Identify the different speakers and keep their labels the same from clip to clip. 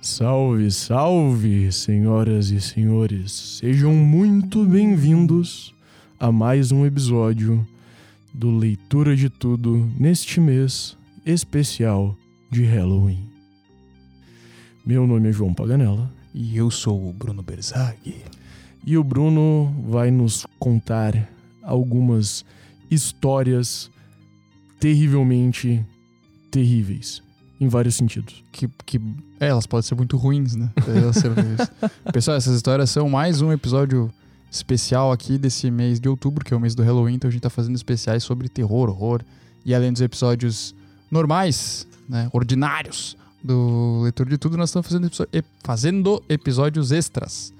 Speaker 1: Salve, salve, senhoras e senhores. Sejam muito bem-vindos a mais um episódio do Leitura de Tudo neste mês especial de Halloween. Meu nome é João Paganella
Speaker 2: E eu sou o Bruno Berzag.
Speaker 1: e o Bruno vai nos contar algumas histórias terrivelmente terríveis em vários sentidos.
Speaker 2: Que, que é, elas podem ser muito ruins, né? Elas ser- Pessoal, essas histórias são mais um episódio especial aqui desse mês de outubro, que é o mês do Halloween, então a gente tá fazendo especiais sobre terror, horror e além dos episódios normais, né, ordinários do leitor de tudo, nós estamos fazendo, episo- e- fazendo episódios extras.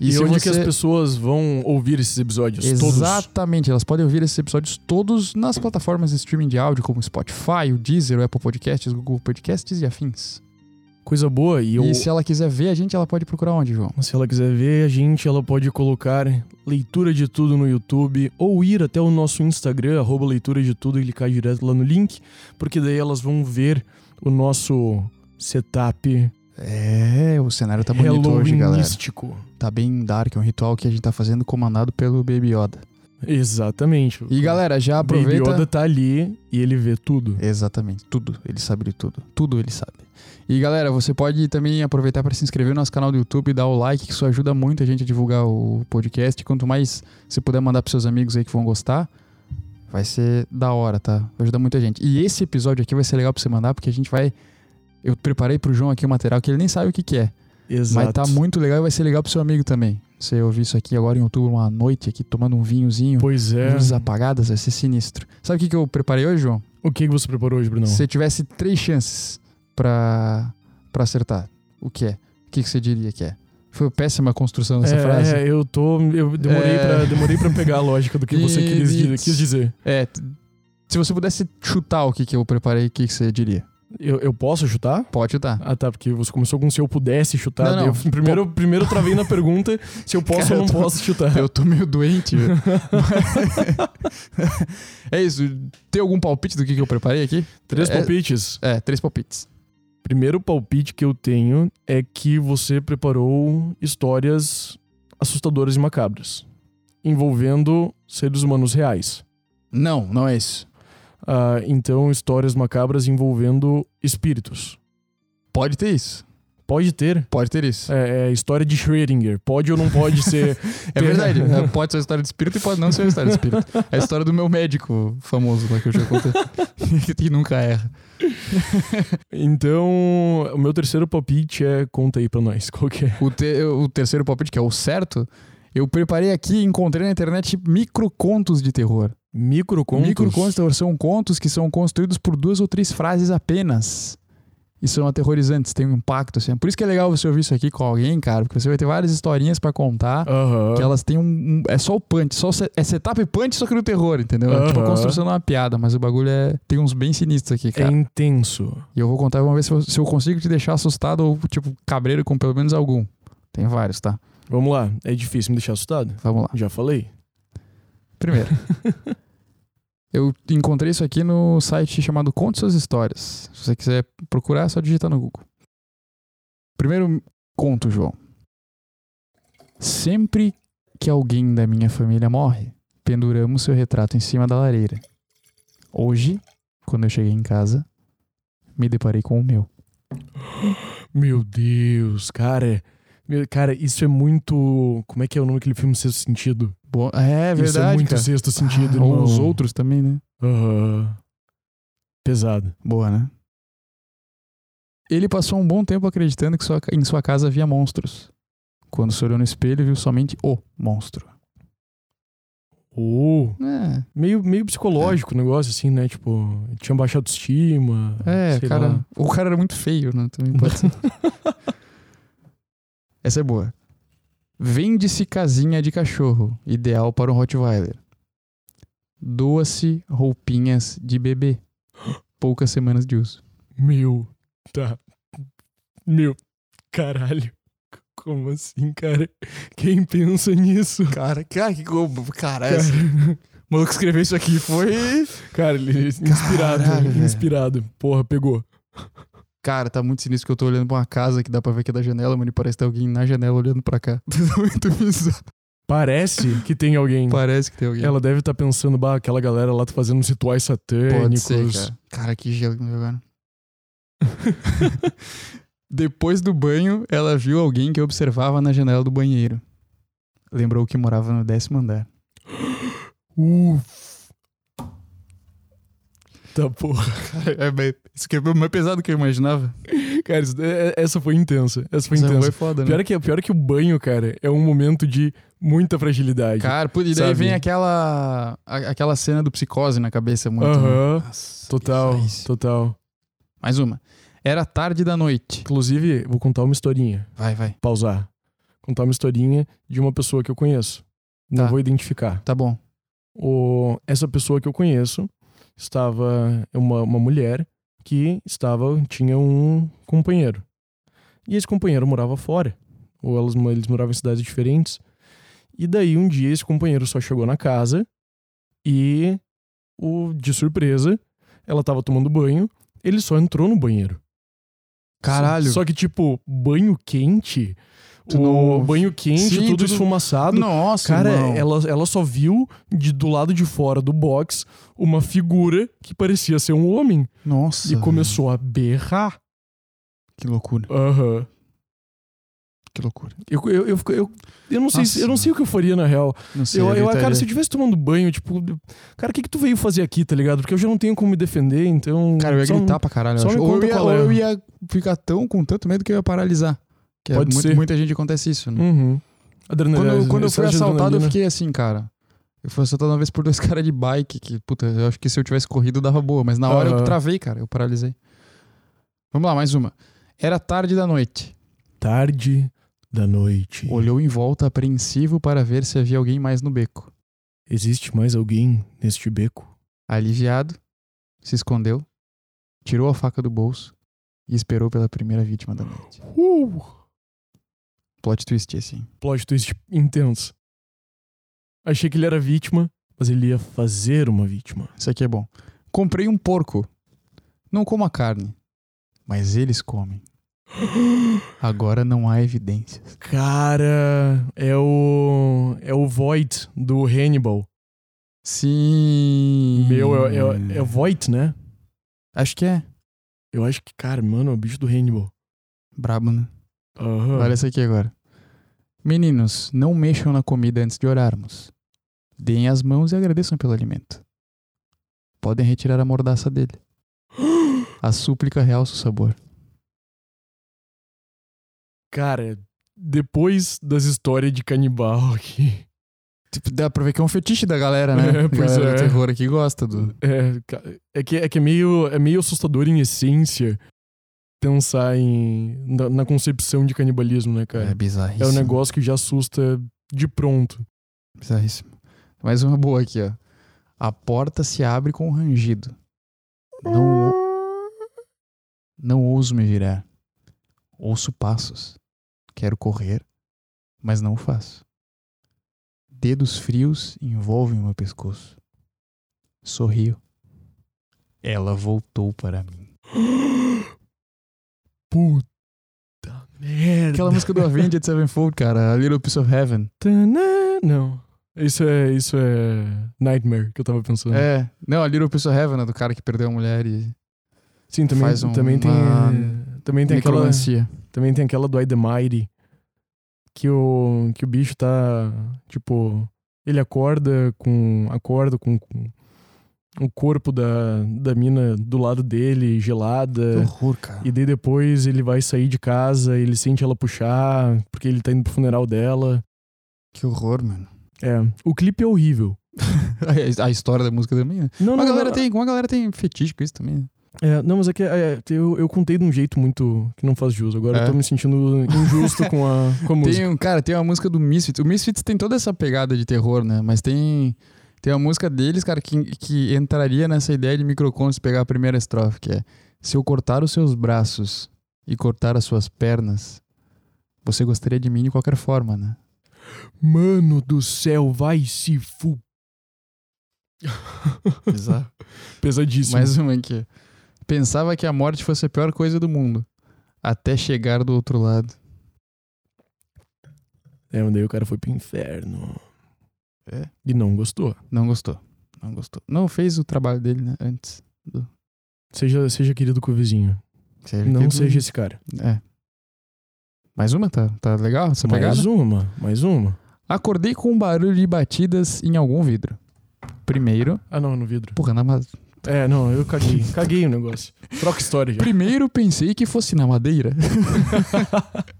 Speaker 1: E,
Speaker 2: se
Speaker 1: onde que
Speaker 2: você-
Speaker 1: as pessoas vão ouvir esses episódios todos?
Speaker 2: Exatamente, elas podem ouvir esses episódios todos nas plataformas de streaming de áudio, como Spotify, o Deezer, o Apple Podcasts, o Google Podcasts e afins.
Speaker 1: Coisa boa. E,
Speaker 2: E,
Speaker 1: eu,
Speaker 2: se ela quiser ver a gente, ela pode procurar onde, João?
Speaker 1: se ela quiser ver a gente, ela pode colocar leitura de tudo no YouTube ou ir até o nosso Instagram, arroba leitura de tudo, e clicar direto lá no link, porque daí elas vão ver o nosso setup
Speaker 2: É, o cenário tá bonito hoje, galera.
Speaker 1: halloweenístico.
Speaker 2: Tá bem dark, é um ritual que a gente tá fazendo comandado pelo Baby Yoda.
Speaker 1: Exatamente.
Speaker 2: E galera, já aproveita...
Speaker 1: Baby Yoda tá ali e ele vê tudo.
Speaker 2: Exatamente, tudo. Ele sabe de tudo. Tudo ele sabe. E galera, você pode também aproveitar para se inscrever no nosso canal do YouTube, dar o like, que isso ajuda muito a gente a divulgar o podcast. Quanto mais você puder mandar para seus amigos aí que vão gostar, vai ser da hora, tá? Vai ajudar muita gente. E esse episódio aqui vai ser legal para você mandar, porque a gente vai. Eu preparei pro João aqui o material que ele nem sabe o que, que é.
Speaker 1: Exato.
Speaker 2: Mas tá muito legal e vai ser legal pro seu amigo também. Você ouvir isso aqui agora em outubro, uma noite aqui, tomando um vinhozinho,
Speaker 1: Pois é.
Speaker 2: luzes apagadas, vai ser sinistro. Sabe o que, que eu preparei hoje, João?
Speaker 1: O que que você preparou hoje, Bruno?
Speaker 2: Se você tivesse três chances pra, pra acertar, o que é? O que, que você diria que é? Foi péssima a construção dessa
Speaker 1: é,
Speaker 2: frase.
Speaker 1: é, eu tô. Eu demorei,
Speaker 2: É.
Speaker 1: pra, demorei pra pegar a lógica do que você quis, di-
Speaker 2: It's-
Speaker 1: quis dizer.
Speaker 2: É. t- Se você pudesse chutar o que, que eu preparei, o que, que você diria?
Speaker 1: Eu, eu posso chutar?
Speaker 2: Pode chutar.
Speaker 1: Ah, tá, porque você começou com se eu pudesse chutar.
Speaker 2: Não,
Speaker 1: daí
Speaker 2: não.
Speaker 1: Eu primeiro, primeiro travei na pergunta se eu posso
Speaker 2: Cara,
Speaker 1: ou não
Speaker 2: eu tô- um
Speaker 1: posso chutar.
Speaker 2: Eu tô meio doente. velho. é isso. Tem algum palpite do que, que eu preparei aqui?
Speaker 1: Três
Speaker 2: É-
Speaker 1: palpites.
Speaker 2: É, três palpites.
Speaker 1: Primeiro palpite que eu tenho é que você preparou histórias assustadoras e macabras envolvendo seres humanos reais.
Speaker 2: Não, não é isso.
Speaker 1: Ah, então, histórias macabras envolvendo espíritos.
Speaker 2: Pode ter isso.
Speaker 1: Pode ter.
Speaker 2: Pode ter isso.
Speaker 1: É, é história de Schrödinger. Pode ou não pode ser.
Speaker 2: É verdade. É, Pode ser a história de espírito e pode não ser a história de espírito. É a história do meu médico famoso lá que eu já contei. que nunca erra.
Speaker 1: Então, o meu terceiro palpite é. Conta aí pra nós. Qual que é?
Speaker 2: O, te- o terceiro palpite, que é o certo, eu preparei aqui e encontrei na internet microcontos de terror.
Speaker 1: Microcontos.
Speaker 2: Microcontos de terror são contos que são construídos por duas ou três frases apenas. E são aterrorizantes, tem um impacto. Assim. Por isso que é legal você ouvir isso aqui com alguém, cara, porque você vai ter várias historinhas pra contar.
Speaker 1: Aham.
Speaker 2: Que elas têm um, um- É só o punch. Só o se- é setup e punch, só que no terror, entendeu? É tipo a
Speaker 1: Aham.
Speaker 2: construção de uma piada, mas o bagulho é. Tem uns bem sinistros aqui,
Speaker 1: É
Speaker 2: cara.
Speaker 1: intenso.
Speaker 2: E eu vou contar uma vez se eu, se eu consigo te deixar assustado ou, tipo, cabreiro com pelo menos algum. Tem vários, tá?
Speaker 1: Vamos lá. É difícil me deixar assustado?
Speaker 2: Vamos lá.
Speaker 1: Já falei?
Speaker 2: Primeiro. eu encontrei isso aqui no site chamado Conte Suas Histórias. Se você quiser procurar, é só digitar no Google. Primeiro conto, João. Sempre que alguém da minha família morre, penduramos seu retrato em cima da lareira. Hoje, quando eu cheguei em casa, me deparei com o meu.
Speaker 1: Meu Deus, cara. Meu- cara, isso é muito. Como é que é o nome daquele filme Sexto Sentido?
Speaker 2: Bo- é verdade,
Speaker 1: isso é muito
Speaker 2: cara.
Speaker 1: sexto sentido,
Speaker 2: Ah, ou
Speaker 1: irmão.
Speaker 2: os outros também, né?
Speaker 1: Aham. Pesado.
Speaker 2: Boa, né? Ele passou um bom tempo acreditando que sua ca- em sua casa havia monstros. Quando se olhou no espelho, viu somente o monstro.
Speaker 1: Oh.
Speaker 2: É,
Speaker 1: Meio, meio psicológico o negócio, assim, né? Tipo, tinha baixado autoestima.
Speaker 2: é
Speaker 1: sei
Speaker 2: cara.
Speaker 1: lá.
Speaker 2: O cara era muito feio, né? Também pode ser. Essa é boa. Vende-se casinha de cachorro, ideal para um Rottweiler. Doa-se roupinhas de bebê, poucas semanas de uso.
Speaker 1: Meu. Tá. Meu. Caralho. Como assim, cara? Quem pensa nisso?
Speaker 2: Cara, cara, que cara,
Speaker 1: Cara,
Speaker 2: O maluco escreveu isso aqui foi
Speaker 1: cara ele é inspirado.
Speaker 2: Caralho, velho.
Speaker 1: inspirado. Porra, pegou.
Speaker 2: Cara, tá muito sinistro que eu tô olhando pra uma casa que dá pra ver que é da janela, mano, e parece que tem alguém na janela olhando pra cá. Tá muito bizarro.
Speaker 1: Parece que tem alguém.
Speaker 2: Parece que tem alguém.
Speaker 1: Ela deve estar pensando, bah, aquela galera lá tá fazendo uns rituais
Speaker 2: Pode
Speaker 1: satânicos.
Speaker 2: ser, cara. Cara, que gelo que me jogaram. Depois do banho, ela viu alguém que observava na janela do banheiro. Lembrou que morava no décimo andar.
Speaker 1: Uf. Tá porra.
Speaker 2: É, bem- isso que é mais pesado que eu imaginava.
Speaker 1: Cara, isso- é- é- essa foi intensa. Essa foi
Speaker 2: Essa
Speaker 1: intensa.
Speaker 2: foi foda, né?
Speaker 1: Pior, que, pior que o banho, cara, é um momento de muita fragilidade.
Speaker 2: Cara, pô, e daí
Speaker 1: Sabe?
Speaker 2: vem aquela, a- aquela cena do psicose na cabeça muito. né?
Speaker 1: Aham.
Speaker 2: Nossa,
Speaker 1: Total,
Speaker 2: que isso.
Speaker 1: total.
Speaker 2: Mais uma. Era tarde da noite.
Speaker 1: Inclusive, vou contar uma historinha.
Speaker 2: Vai, vai.
Speaker 1: Pausar. Contar uma historinha de uma pessoa que eu conheço. Não
Speaker 2: Tá.
Speaker 1: vou identificar.
Speaker 2: Tá bom.
Speaker 1: o, essa pessoa que eu conheço estava é uma, uma mulher que estava tinha um companheiro e esse companheiro morava fora ou elas mo- eles moravam em cidades diferentes e daí um dia esse companheiro só chegou na casa e o de surpresa ela estava tomando banho ele só entrou no banheiro
Speaker 2: Caralho.
Speaker 1: só, só que tipo banho quente
Speaker 2: Tu
Speaker 1: o
Speaker 2: não-
Speaker 1: banho quente
Speaker 2: Sim,
Speaker 1: tudo,
Speaker 2: tudo-
Speaker 1: esfumaçado
Speaker 2: Nossa,
Speaker 1: Cara,
Speaker 2: irmão.
Speaker 1: ela, ela só viu de, do lado de fora do box uma figura que parecia ser um homem.
Speaker 2: Nossa.
Speaker 1: e
Speaker 2: velho.
Speaker 1: começou a berrar.
Speaker 2: Que loucura.
Speaker 1: Aham.
Speaker 2: Que loucura.
Speaker 1: Eu, eu, eu, fico- eu, eu não sei, se-
Speaker 2: Nossa,
Speaker 1: eu não sei o que eu faria, na real.
Speaker 2: Não sei.
Speaker 1: Eu, eu, cara,
Speaker 2: gritaria.
Speaker 1: se eu estivesse tomando banho, tipo, cara, o que, que tu veio fazer aqui, tá ligado? Porque eu já não tenho como me defender, então.
Speaker 2: Cara, eu ia
Speaker 1: só um-
Speaker 2: gritar pra caralho. eu
Speaker 1: só me
Speaker 2: acho. Ou,
Speaker 1: conta
Speaker 2: eu ia,
Speaker 1: qual
Speaker 2: ou
Speaker 1: é.
Speaker 2: eu ia ficar tão com tanto medo que eu ia paralisar. Que é
Speaker 1: Pode
Speaker 2: muito-
Speaker 1: ser.
Speaker 2: Muita gente acontece isso, né?
Speaker 1: Uhum. Adrenalina.
Speaker 2: Quando, eu- quando eu fui
Speaker 1: excesso de
Speaker 2: assaltado, eu
Speaker 1: adrenalina.
Speaker 2: fiquei assim, cara. Eu fui assaltado uma vez por dois caras de bike, que, puta, eu acho que se eu tivesse corrido dava boa, mas na hora eu
Speaker 1: Aham.
Speaker 2: travei, cara, eu paralisei. Vamos lá, mais uma. Era tarde da noite.
Speaker 1: Tarde da noite.
Speaker 2: Olhou em volta apreensivo para ver se havia alguém mais no beco.
Speaker 1: Existe mais alguém neste beco?
Speaker 2: Aliviado, se escondeu, tirou a faca do bolso e esperou pela primeira vítima da noite.
Speaker 1: Uh!
Speaker 2: Plot twist, assim.
Speaker 1: plot twist intenso. Achei que ele era vítima, mas ele ia fazer uma vítima.
Speaker 2: Isso aqui é bom. Comprei um porco. Não como a carne, mas eles comem. Agora não há evidências.
Speaker 1: Cara, é o é o Void do Hannibal.
Speaker 2: Sim.
Speaker 1: Meu, é, é, é Void, né?
Speaker 2: Acho que é.
Speaker 1: Eu acho que, cara, mano, é o bicho do Hannibal.
Speaker 2: Brabo, né?
Speaker 1: Aham.
Speaker 2: Olha essa aqui agora. Meninos, não mexam na comida antes de orarmos. Deem as mãos e agradeçam pelo alimento. Podem retirar a mordaça dele. A súplica realça o sabor.
Speaker 1: Cara, depois das histórias de canibal aqui.
Speaker 2: Tipo, dá pra ver que é um fetiche da galera, né?
Speaker 1: É, pois
Speaker 2: a galera do
Speaker 1: é.
Speaker 2: terror aqui gosta do.
Speaker 1: É, ca- é que, é que é, meio, é meio assustador em essência pensar em, na, na concepção de canibalismo, né,
Speaker 2: É
Speaker 1: cara? É,
Speaker 2: bizarríssimo.
Speaker 1: um negócio que já assusta de pronto.
Speaker 2: Bizarríssimo. Mais uma boa aqui, ó. A porta se abre com um rangido. Não, é. ou- não ouso me virar. Ouço passos. Quero correr, mas não o faço. Dedos frios envolvem o meu pescoço. Sorrio. Ela voltou para mim.
Speaker 1: Puta merda.
Speaker 2: Aquela música do Avenged Sevenfold, cara. A Little Piece of Heaven.
Speaker 1: Tanã, Não. Isso é, isso é Nightmare que eu tava pensando.
Speaker 2: É. Não, a Little Piece of Heaven é do cara que perdeu a mulher e...
Speaker 1: Sim, também,
Speaker 2: faz um-
Speaker 1: também tem.
Speaker 2: uma-
Speaker 1: Também tem, aquela,
Speaker 2: Necromancia.
Speaker 1: também tem aquela do I The Mighty. Que o, que o bicho tá. Tipo. Ele acorda com. Acorda com. com o corpo da, da mina do lado dele,
Speaker 2: Que
Speaker 1: gelada.
Speaker 2: horror, cara.
Speaker 1: E daí depois ele vai sair de casa, ele sente ela puxar, porque ele tá indo pro funeral dela.
Speaker 2: Que horror, mano.
Speaker 1: É. O clipe é horrível.
Speaker 2: A história da música também, né?
Speaker 1: Não,
Speaker 2: Uma
Speaker 1: não,
Speaker 2: galera,
Speaker 1: não,
Speaker 2: tem, uma galera tem fetiche com isso também. né?
Speaker 1: É, não, mas é que é, eu, eu contei de um jeito muito que não faz jus. Agora
Speaker 2: É.
Speaker 1: eu tô me sentindo injusto com a, com a música.
Speaker 2: Tem um, cara, tem uma música do Misfits. O Misfits tem toda essa pegada de terror, né? Mas tem, tem uma música deles, cara, que, que entraria nessa ideia de microcontos pegar a primeira estrofe, que é Se eu cortar os seus braços e cortar as suas pernas, você gostaria de mim de qualquer forma, né?
Speaker 1: Mano do céu, vai se fu.
Speaker 2: Exato.
Speaker 1: Pesadíssimo.
Speaker 2: Mais uma aqui. Pensava que a morte fosse a pior coisa do mundo. Até chegar do outro lado.
Speaker 1: É, mas daí o cara foi pro inferno.
Speaker 2: É.
Speaker 1: E não gostou.
Speaker 2: Não gostou. Não gostou. Não fez o trabalho dele, né? Antes.
Speaker 1: Seja, seja querido com o vizinho.
Speaker 2: Seja
Speaker 1: não
Speaker 2: que-
Speaker 1: seja esse cara.
Speaker 2: É. Mais uma? Tá, tá legal essa pegada?
Speaker 1: mais uma, mais uma.
Speaker 2: Acordei com um barulho de batidas em algum vidro. Primeiro.
Speaker 1: Ah, não, no vidro.
Speaker 2: Porra, na ma-
Speaker 1: É, não, eu caguei. caguei o negócio. Troca história já.
Speaker 2: Primeiro pensei que fosse na madeira.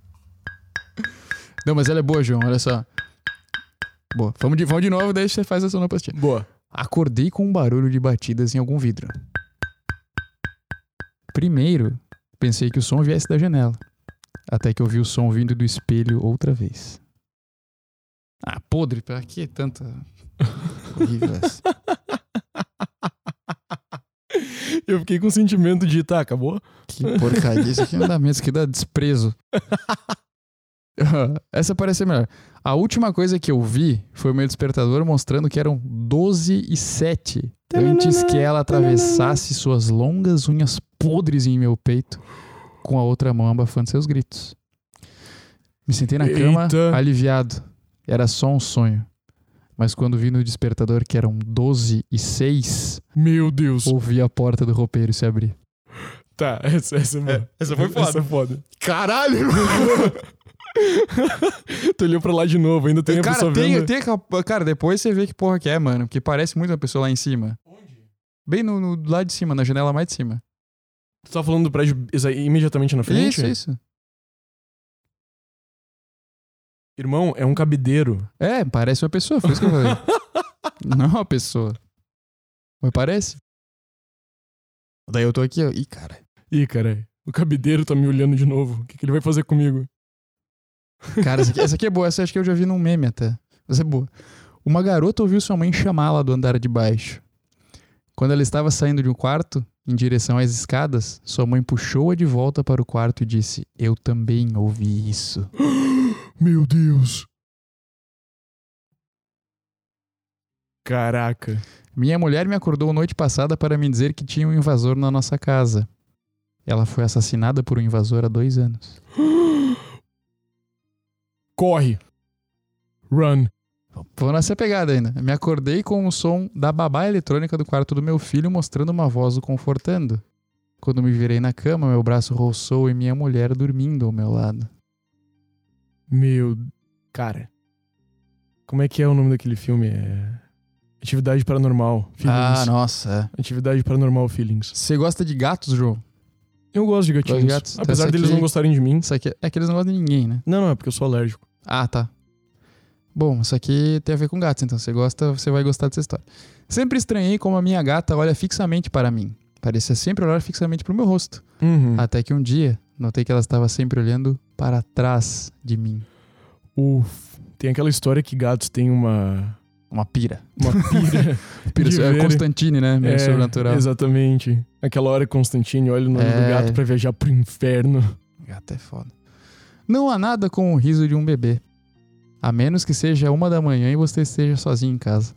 Speaker 2: Não, mas ela é boa, João, olha só. Boa. Vamos de, vamos de novo, daí você faz a sonoplastia.
Speaker 1: Boa.
Speaker 2: Acordei com um barulho de batidas em algum vidro. Primeiro, pensei que o som viesse da janela. Até que eu vi o som vindo do espelho outra vez. Ah, podre, pra que tanta. Horrível essa.
Speaker 1: Eu fiquei com o sentimento de, tá, acabou?
Speaker 2: Que porcaria, isso aqui não dá medo, isso aqui dá desprezo. Essa parece ser melhor. A última coisa que eu vi foi o meu despertador mostrando que eram 12 e 7 antes que ela atravessasse suas longas unhas podres em meu peito com a outra mão abafando seus gritos. Me sentei na cama,
Speaker 1: Eita.
Speaker 2: aliviado. Era só um sonho. Mas quando vi no despertador que eram 12 e 6,
Speaker 1: Meu Deus.
Speaker 2: ouvi a porta do roupeiro se abrir.
Speaker 1: Tá, essa, essa, é boa.
Speaker 2: essa foi foda.
Speaker 1: Essa é foda.
Speaker 2: Caralho, irmão!
Speaker 1: tu olhou pra lá de novo, ainda tem a
Speaker 2: cara,
Speaker 1: pessoa
Speaker 2: tem,
Speaker 1: vendo.
Speaker 2: tem aquela- Cara, depois você vê que porra que é, mano. Porque parece muito uma pessoa lá em cima. Bem no, no- lá de cima, na janela mais de cima.
Speaker 1: Tu tá falando do prédio exa- imediatamente na frente?
Speaker 2: Isso, isso.
Speaker 1: Irmão, é um cabideiro.
Speaker 2: É, parece uma pessoa, foi isso que eu falei. Não é uma pessoa. Mas parece. Daí eu tô aqui, ó. Ih, cara.
Speaker 1: Ih, cara, o cabideiro tá me olhando de novo. O que, que ele vai fazer comigo?
Speaker 2: Cara, essa aqui, essa aqui é boa. Essa acho que eu já vi num meme até. Essa é boa. Uma garota ouviu sua mãe chamá-la do andar de baixo. Quando ela estava saindo de um quarto, em direção às escadas, sua mãe puxou-a de volta para o quarto e disse: Eu também ouvi isso.
Speaker 1: Meu Deus. Caraca.
Speaker 2: Minha mulher me acordou noite passada para me dizer que tinha um invasor na nossa casa. Ela foi assassinada por um invasor há dois anos.
Speaker 1: Corre. Run.
Speaker 2: Vou nessa pegada ainda. Me acordei com o som da babá eletrônica do quarto do meu filho mostrando uma voz o confortando. Quando me virei na cama, meu braço roçou e minha mulher dormindo ao meu lado.
Speaker 1: Meu. Cara. Como é que é o nome daquele filme? É. Atividade Paranormal. Feelings.
Speaker 2: Ah, nossa.
Speaker 1: Atividade Paranormal Feelings.
Speaker 2: Você gosta de gatos, João?
Speaker 1: Eu gosto de gatinhos.
Speaker 2: Gosto de gatos. Então
Speaker 1: Apesar
Speaker 2: essa
Speaker 1: deles
Speaker 2: aqui-
Speaker 1: não gostarem de mim.
Speaker 2: Isso aqui é- é que eles não gostam de ninguém, né?
Speaker 1: Não, não, é porque eu sou alérgico.
Speaker 2: Ah, tá. Bom, isso aqui tem a ver com gatos, então você gosta, você vai gostar dessa história. Sempre estranhei como a minha gata olha fixamente para mim. Parecia sempre olhar fixamente para o meu rosto.
Speaker 1: Uhum.
Speaker 2: Até que um dia, notei que ela estava sempre olhando para trás de mim.
Speaker 1: Uf. Tem aquela história que gatos têm uma.
Speaker 2: Uma pira.
Speaker 1: Uma pira.
Speaker 2: Pira,
Speaker 1: De
Speaker 2: é
Speaker 1: ver-
Speaker 2: Constantine, né? Meio
Speaker 1: É,
Speaker 2: sobrenatural.
Speaker 1: Exatamente. Aquela hora que Constantine olha o nome do
Speaker 2: É.
Speaker 1: gato pra viajar pro inferno.
Speaker 2: Gato é foda. Não há nada com o riso de um bebê. A menos que seja uma da manhã e você esteja sozinho em casa.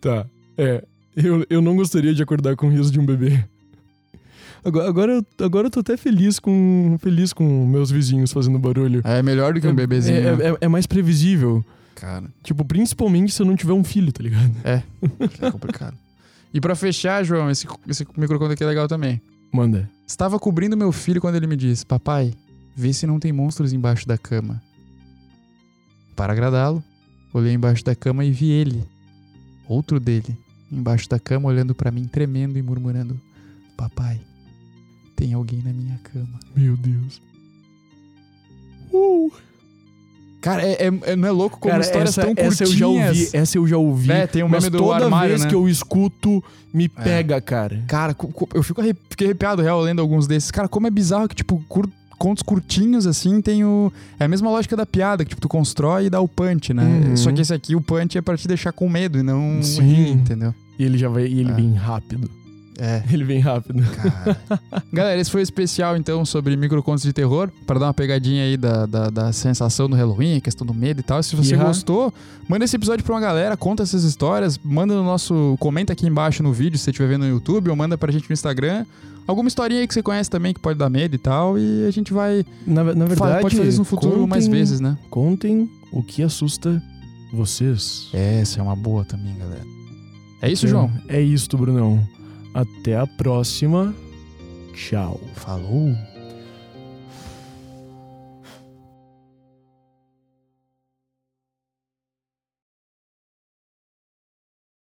Speaker 1: Tá. É. Eu, eu não gostaria de acordar com o riso de um bebê. Agora, agora, eu- agora eu tô até feliz com feliz com meus vizinhos fazendo barulho.
Speaker 2: É melhor do que um bebezinho. né?
Speaker 1: É, é- é mais previsível.
Speaker 2: Cara,
Speaker 1: Tipo, principalmente se eu não tiver um filho, tá ligado?
Speaker 2: é complicado. e pra fechar, João, esse, esse microfone aqui é legal também.
Speaker 1: Manda.
Speaker 2: Estava cobrindo meu filho quando ele me disse: Papai, vê se não tem monstros embaixo da cama. Para agradá-lo, olhei embaixo da cama e vi ele, outro dele, embaixo da cama olhando pra mim, tremendo e murmurando: Papai, tem alguém na minha cama.
Speaker 1: Meu Deus. Uh,
Speaker 2: Cara, é, é- é- não é louco como
Speaker 1: cara,
Speaker 2: histórias
Speaker 1: essa,
Speaker 2: tão curtinhas.
Speaker 1: essa eu já ouvi. Essa eu já ouvi.
Speaker 2: É, tem o
Speaker 1: mas
Speaker 2: meme do
Speaker 1: toda
Speaker 2: armário,
Speaker 1: vez
Speaker 2: né? É.
Speaker 1: que eu escuto, me pega, cara.
Speaker 2: Cara, co- co- eu fico arre- fiquei arrepiado, real, lendo alguns desses. Cara, como é bizarro que, tipo, cur- contos curtinhos, assim, tem o... É a mesma lógica da piada, que, tipo, tu constrói e dá o punch, né?
Speaker 1: Uhum.
Speaker 2: Só que esse aqui, o punch é pra te deixar com medo e não
Speaker 1: Sim.
Speaker 2: rir, entendeu?
Speaker 1: E ele já vai. E ele
Speaker 2: É.
Speaker 1: vem rápido.
Speaker 2: É.
Speaker 1: Ele vem rápido.
Speaker 2: Cara. Galera, esse foi o especial então sobre microcontos de terror, para dar uma pegadinha aí da, da, da sensação do Halloween, a questão do medo e tal. Se você
Speaker 1: Ihá.
Speaker 2: gostou, manda esse episódio pra uma galera, conta essas histórias, manda no nosso, comenta aqui embaixo no vídeo se você estiver vendo no YouTube ou manda pra gente no Instagram. Alguma historinha aí que você conhece também que pode dar medo e tal, e a gente vai
Speaker 1: Na, na
Speaker 2: fa-
Speaker 1: verdade,
Speaker 2: pode fazer isso no futuro
Speaker 1: contem,
Speaker 2: mais vezes, né?
Speaker 1: Contem o que assusta vocês.
Speaker 2: Essa é uma boa também, galera. É isso,
Speaker 1: Então,
Speaker 2: João.
Speaker 1: É isto, Brunão. Até a próxima. Tchau.
Speaker 2: Falou.